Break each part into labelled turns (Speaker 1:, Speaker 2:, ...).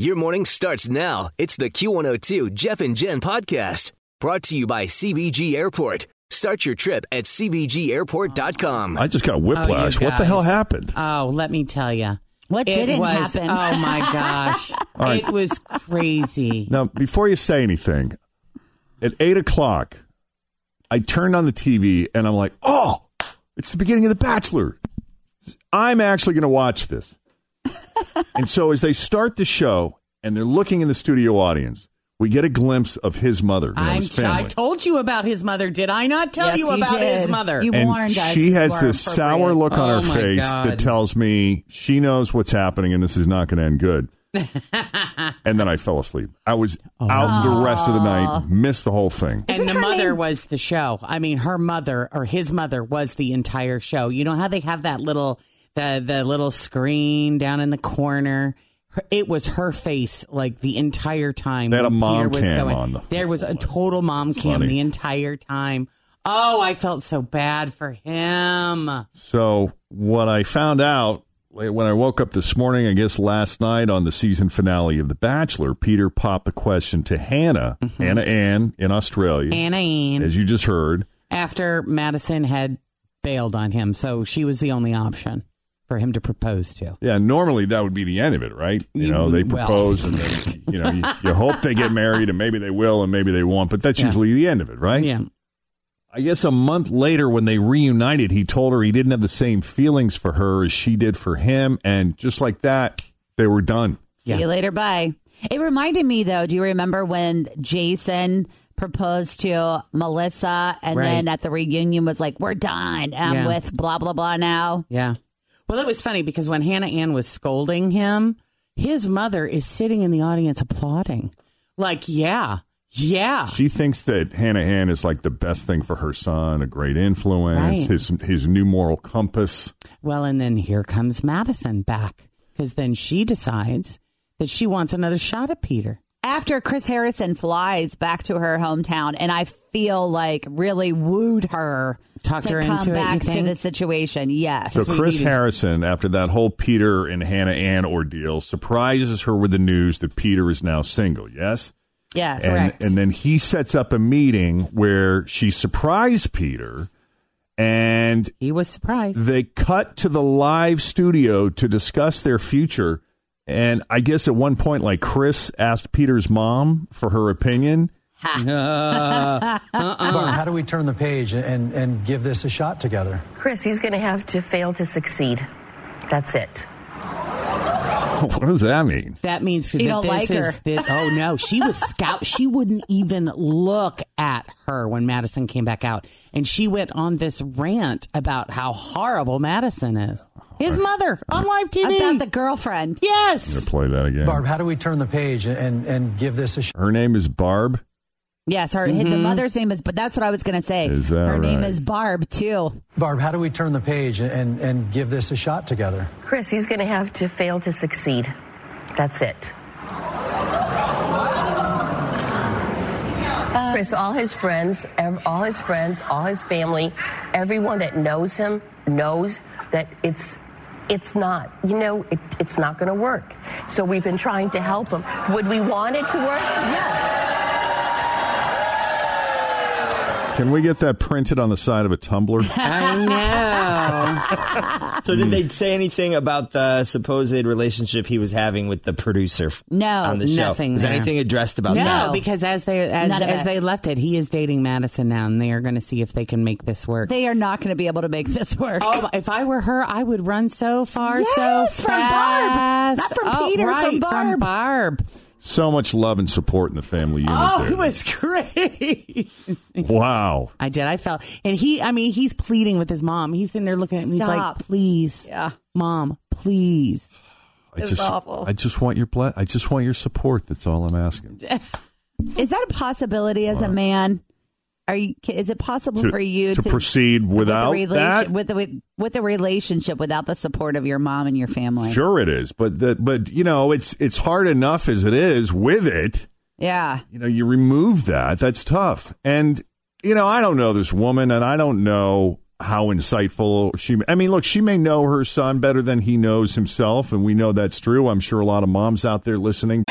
Speaker 1: Your morning starts now. It's the Q102 Jeff and Jen podcast brought to you by CBG Airport. Start your trip at CBGAirport.com.
Speaker 2: I just got whiplash.
Speaker 3: Oh, you
Speaker 2: what the hell
Speaker 3: guys.
Speaker 2: happened?
Speaker 3: Oh, let me tell you.
Speaker 4: What didn't
Speaker 3: was,
Speaker 4: happen?
Speaker 3: Oh my gosh.
Speaker 2: All right.
Speaker 3: It was crazy.
Speaker 2: Now, before you say anything, at eight o'clock, I turned on the TV and I'm like, oh, it's the beginning of The Bachelor. I'm actually going to watch this. and so as they start the show and they're looking in the studio audience, we get a glimpse of his mother. you know,
Speaker 3: I'm
Speaker 2: his
Speaker 3: t- I
Speaker 2: family.
Speaker 3: told you about his mother. Did I not tell
Speaker 4: Yes,
Speaker 3: you about
Speaker 4: did.
Speaker 3: his mother?
Speaker 4: You
Speaker 2: and
Speaker 4: warned us.
Speaker 2: she
Speaker 4: You
Speaker 2: has
Speaker 4: are
Speaker 2: this sour
Speaker 4: appropriate.
Speaker 2: look on
Speaker 3: Oh,
Speaker 2: her
Speaker 3: my
Speaker 2: face
Speaker 3: God.
Speaker 2: that tells me she knows what's happening and this is not going to end good. and then I fell asleep. I was out the rest of the night, missed the whole thing.
Speaker 3: and the mother was the show. I mean, her mother or his mother was the entire show. You know how they have that little the the little screen down in the corner. Her- It was her face like the entire time.
Speaker 2: They had a
Speaker 3: when
Speaker 2: mom
Speaker 3: Peter was
Speaker 2: cam
Speaker 3: going.
Speaker 2: on the-
Speaker 3: There was a total mom
Speaker 2: It's
Speaker 3: cam
Speaker 2: funny.
Speaker 3: the entire time. Oh, I felt so bad for him.
Speaker 2: So what I found out when I woke up this morning, I guess last night on the season finale of The Bachelor, Peter popped the question to Hannah, Hannah Ann in Australia,
Speaker 3: Anna Mm-hmm. Ann.
Speaker 2: as you just heard.
Speaker 3: after Madison had bailed on him. So she was the only option for him to propose to.
Speaker 2: Yeah, normally that would be the end of it, right? You,
Speaker 3: You-
Speaker 2: know, they
Speaker 3: well.
Speaker 2: propose and then, you know, you, you hope they get married and maybe they will and maybe they won't, but that's
Speaker 3: Yeah.
Speaker 2: usually the end of it, right?
Speaker 3: Yeah.
Speaker 2: I guess a month later when they reunited, he told her he didn't have the same feelings for her as she did for him. And just like that, they were done.
Speaker 4: See you later. Bye. It reminded me though. Do you remember when Jason proposed to Melissa, and
Speaker 3: Right.
Speaker 4: then at the reunion was like, "We're done. I'm
Speaker 3: Yeah.
Speaker 4: with blah blah blah now."
Speaker 3: Yeah. Well, it was funny because when Hannah Ann was scolding him, his mother is sitting in the audience applauding. Like, yeah, yeah.
Speaker 2: She thinks that Hannah Ann is like the best thing for her son, a great influence,
Speaker 3: Right.
Speaker 2: his his new moral compass.
Speaker 3: Well, and then here comes Madison back because then she decides that she wants another shot at Peter.
Speaker 4: After Chris Harrison flies back to her hometown, and I feel like really wooed her
Speaker 3: Talked
Speaker 4: to
Speaker 3: her
Speaker 4: come
Speaker 3: into it, you
Speaker 4: back to
Speaker 3: think?
Speaker 4: the situation. Yes.
Speaker 2: So
Speaker 3: That's what we
Speaker 2: Chris
Speaker 3: needed.
Speaker 2: Harrison, after that whole Peter and Hannah Ann ordeal, surprises her with the news that Peter is now single. Yes,
Speaker 4: yeah.
Speaker 2: and
Speaker 4: correct.
Speaker 2: and then he sets up a meeting where she surprised Peter, and
Speaker 3: He was surprised.
Speaker 2: they cut to the live studio to discuss their future. And I guess at one point, like Chris asked Peter's mom for her opinion.
Speaker 5: But how do we turn the page and, and give this a shot together?
Speaker 6: Chris, he's going to have to fail to succeed. That's it.
Speaker 2: What does that mean?
Speaker 3: That means
Speaker 4: You
Speaker 3: that
Speaker 4: don't
Speaker 3: this
Speaker 4: like
Speaker 3: is
Speaker 4: her.
Speaker 3: that- oh no, she was scout. She wouldn't even look at her when Madison came back out, and she went on this rant about how horrible Madison is. His mother on live TV.
Speaker 4: About the girlfriend.
Speaker 2: I'm gonna
Speaker 3: yes,
Speaker 2: play that again.
Speaker 5: Barb, how do we turn the page and, and give this a shot?
Speaker 2: Her name is Barb.
Speaker 4: Yes, her the
Speaker 3: Mm-hmm.
Speaker 4: mother's name is. But that's what I was going to say.
Speaker 2: Is that
Speaker 4: her name
Speaker 2: right?
Speaker 4: is Barb too?
Speaker 5: Barb, how do we turn the page and, and give this a shot together?
Speaker 6: Chris, he's going to have to fail to succeed. That's it. Chris, all his friends, ev- all his friends, all his family, everyone that knows him knows that it's it's not. You know, it, it's not going to work. So we've been trying to help him. Would we want it to work? Yes.
Speaker 2: Can we get that printed on the side of a tumbler?
Speaker 4: Oh,
Speaker 3: I know.
Speaker 7: So did they say anything about the supposed relationship he was having with the producer? f-
Speaker 4: No,
Speaker 7: on the show.
Speaker 3: nothing
Speaker 7: Was
Speaker 3: there.
Speaker 7: anything addressed about
Speaker 3: no,
Speaker 7: that?
Speaker 3: because as they as,
Speaker 4: None of
Speaker 3: as
Speaker 4: it.
Speaker 3: they left it, he is dating Madison now, and they are going to see if they can make this work.
Speaker 4: They are not going to be able to make this work.
Speaker 3: Oh, my- if I were her, I would run so far,
Speaker 4: Yes,
Speaker 3: so
Speaker 4: from Barb.
Speaker 3: fast.
Speaker 4: Not from
Speaker 3: Oh,
Speaker 4: Peter, from
Speaker 3: right,
Speaker 4: Barb.
Speaker 3: Barb.
Speaker 2: So much love and support in the family unit.
Speaker 3: Oh,
Speaker 2: there.
Speaker 3: it was great.
Speaker 2: wow.
Speaker 3: I did. I felt, and he. I mean, he's pleading with his mom. He's sitting there looking at me. He's
Speaker 4: Stop.
Speaker 3: like, "Please,
Speaker 4: Yeah.
Speaker 3: mom, please."
Speaker 2: I just,
Speaker 4: awful.
Speaker 2: I just want your ble- I just want your support. That's all I'm asking.
Speaker 4: Is that a possibility as a man? Are you? ca- Is it possible for you
Speaker 2: to, proceed without
Speaker 4: with the,
Speaker 2: that?
Speaker 4: relation, with, the, with, with the relationship without the support of your mom and your family?
Speaker 2: Sure, it is, but the, but you know, it's it's hard enough as it is with it.
Speaker 4: Yeah.
Speaker 2: You know, you remove that. That's tough. And you know, I don't know this woman, and I don't know how insightful she. I mean, look, she may know her son better than he knows himself, and we know that's true. I'm sure a lot of moms out there listening.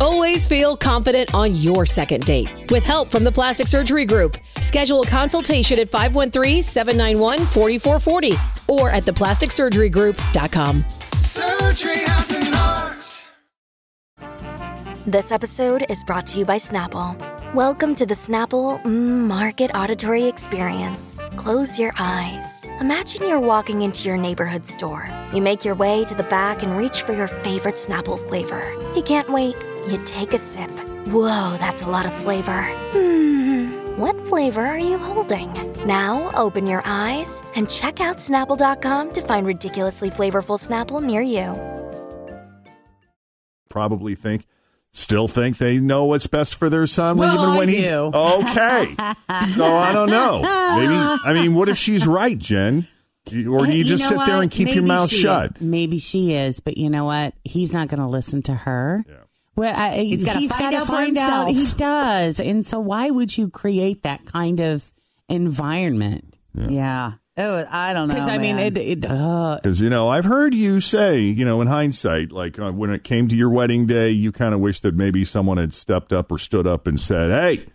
Speaker 8: Always feel confident on your second date. With help from the Plastic Surgery Group, schedule a consultation at 513-791-4440 or at theplasticsurgerygroup.com.
Speaker 9: Surgery has an art.
Speaker 10: This episode is brought to you by Snapple. Welcome to the Snapple mm, Market Auditory Experience. Close your eyes. Imagine you're walking into your neighborhood store. You make your way to the back and reach for your favorite Snapple flavor. You can't wait. You take a sip. Whoa, that's a lot of flavor. Hmm. What flavor are you holding? Now open your eyes and check out Snapple.com to find ridiculously flavorful Snapple near you.
Speaker 2: probably think still think they know what's best for their son
Speaker 3: Well,
Speaker 2: even
Speaker 3: I
Speaker 2: when he
Speaker 3: do.
Speaker 2: okay so i don't know maybe i mean what if she's right jen You- or do you, just
Speaker 3: know
Speaker 2: sit there
Speaker 3: what?
Speaker 2: and keep your
Speaker 3: Maybe
Speaker 2: mouth
Speaker 3: she
Speaker 2: shut
Speaker 3: is. Maybe she is, but you know what? He's not going to listen to her. Yeah. Well, I, he's
Speaker 4: gotta find
Speaker 3: gotta
Speaker 4: out for
Speaker 3: find out. He
Speaker 4: himself.
Speaker 3: does, and so why would you create that kind of environment?
Speaker 4: Yeah. Oh, I don't know.
Speaker 3: Because I mean,
Speaker 4: man.
Speaker 3: it, it uh,
Speaker 2: because you know i've heard you say you know in hindsight like uh, when it came to your wedding day you kind of wish that maybe someone had stepped up or stood up and said hey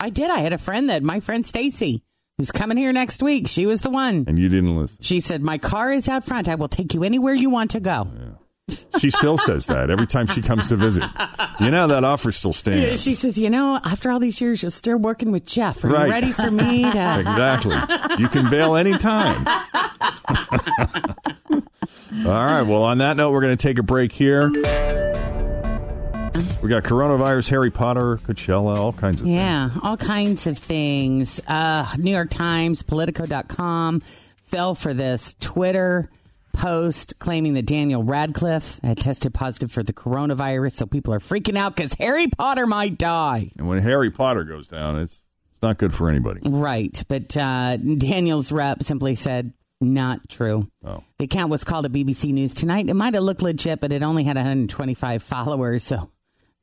Speaker 3: I did. I had a friend that my friend Stacy, who's coming here next week. She was the one.
Speaker 2: and you didn't listen
Speaker 3: She said, "My car is out front. I will take you anywhere you want to go."
Speaker 2: she still says that every time she comes to visit you know that offer still
Speaker 3: Yeah,
Speaker 2: stands
Speaker 3: She says, "You know, after all these years, you're still working with Jeff. Are
Speaker 2: Right.
Speaker 3: you ready for me to?"
Speaker 2: exactly. You can bail anytime. All right. Well, on that note, we're going to take a break here. We got coronavirus, Harry Potter, Coachella, all kinds of
Speaker 3: Yeah, all kinds of things. Uh, New York Times, Politico.com fell for this Twitter post claiming that Daniel Radcliffe had tested positive for the coronavirus. So people are freaking out because Harry Potter might die.
Speaker 2: things. And when Harry Potter goes down, it's it's not good for anybody.
Speaker 3: Mm. Right. But uh, Daniel's rep simply said, not true.
Speaker 2: Oh.
Speaker 3: The account was called to BBC News tonight. It might have looked legit, but it only had 125 followers. So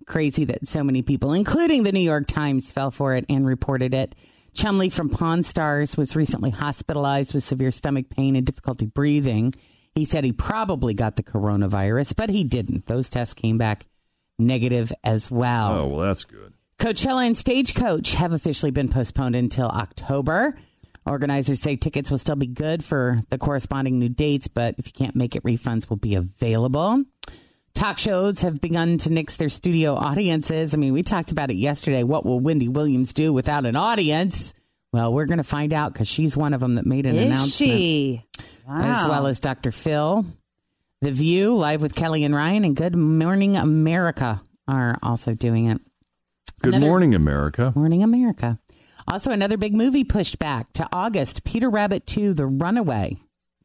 Speaker 3: crazy that so many people, including the New York Times, fell for it and reported it. Chumley from Pawn Stars was recently hospitalized with severe stomach pain and difficulty breathing. He said he probably got the coronavirus, but he didn't. Those tests came back negative as well.
Speaker 2: Oh, well, that's good.
Speaker 3: Coachella and Stagecoach have officially been postponed until October. Organizers say tickets will still be good for the corresponding new dates, but if you can't make it, refunds will be available. Talk shows have begun to nix their studio audiences. I mean, we talked about it yesterday. What will Wendy Williams do without an audience? Well, we're going to find out because she's one of them that made an
Speaker 4: is
Speaker 3: announcement
Speaker 4: she? Wow.
Speaker 3: as well as Dr. Phil. The View, Live with Kelly and Ryan, and Good Morning America are also doing it.
Speaker 2: Good morning, America.
Speaker 3: Morning America. Also, another big movie pushed back to August Peter Rabbit 2 The Runaway.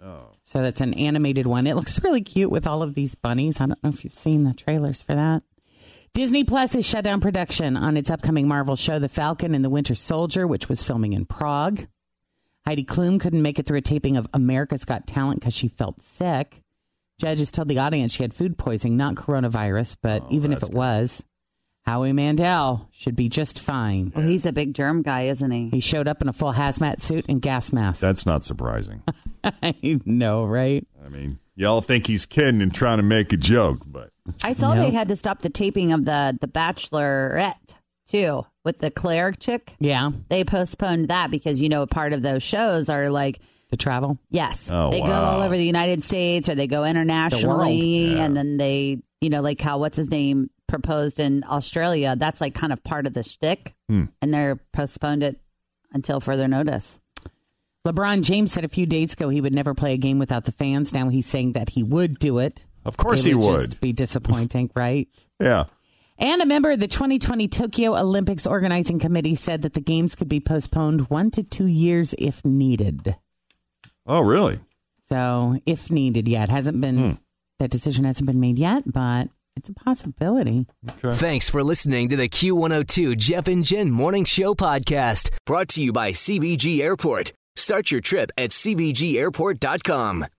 Speaker 3: Oh. So that's an animated one. It looks really cute with all of these bunnies. I don't know if you've seen the trailers for that. Disney Plus has shut down production on its upcoming Marvel show, The Falcon and the Winter Soldier, which was filming in Prague. Heidi Klum couldn't make it through a taping of America's Got Talent because she felt sick. Judges told the audience she had food poisoning, not coronavirus, but even if it was, Howie Mandel should be just fine.
Speaker 4: Well, Oh, he's a big germ guy, isn't he?
Speaker 3: He showed up in a full hazmat suit and gas mask.
Speaker 2: That's not surprising.
Speaker 3: I know, right?
Speaker 2: I mean, y'all think he's kidding and trying to make a joke, but
Speaker 4: I saw
Speaker 3: No.
Speaker 4: they had to stop the taping of the The Bachelorette too with the Claire chick.
Speaker 3: Yeah.
Speaker 4: They postponed that because you know part of those shows are like
Speaker 3: The travel?
Speaker 4: Yes.
Speaker 3: Oh,
Speaker 4: they go
Speaker 3: wow.
Speaker 4: all over the United States or they go internationally.
Speaker 3: The world.
Speaker 4: And then they, you know, like how what's his name proposed in Australia. That's like kind of part of the shtick.
Speaker 3: Hmm.
Speaker 4: And they're postponed it until further notice.
Speaker 3: LeBron James said a few days ago he would never play a game without the fans. Now he's saying that he would do it.
Speaker 2: Of course
Speaker 3: it
Speaker 2: he would.
Speaker 3: Just be disappointing, right?
Speaker 2: Yeah.
Speaker 3: And a member of the 2020 Tokyo Olympics organizing committee said that the games could be postponed one to two years if needed.
Speaker 2: Oh, really?
Speaker 3: So, if needed, yeah, it hasn't been
Speaker 2: Hmm.
Speaker 3: that decision hasn't been made yet, but it's a possibility.
Speaker 1: Thanks for listening to the Q102 Jeff and Jen Morning Show podcast, brought to you by CBG Airport. Start your trip at CBGAirport.com.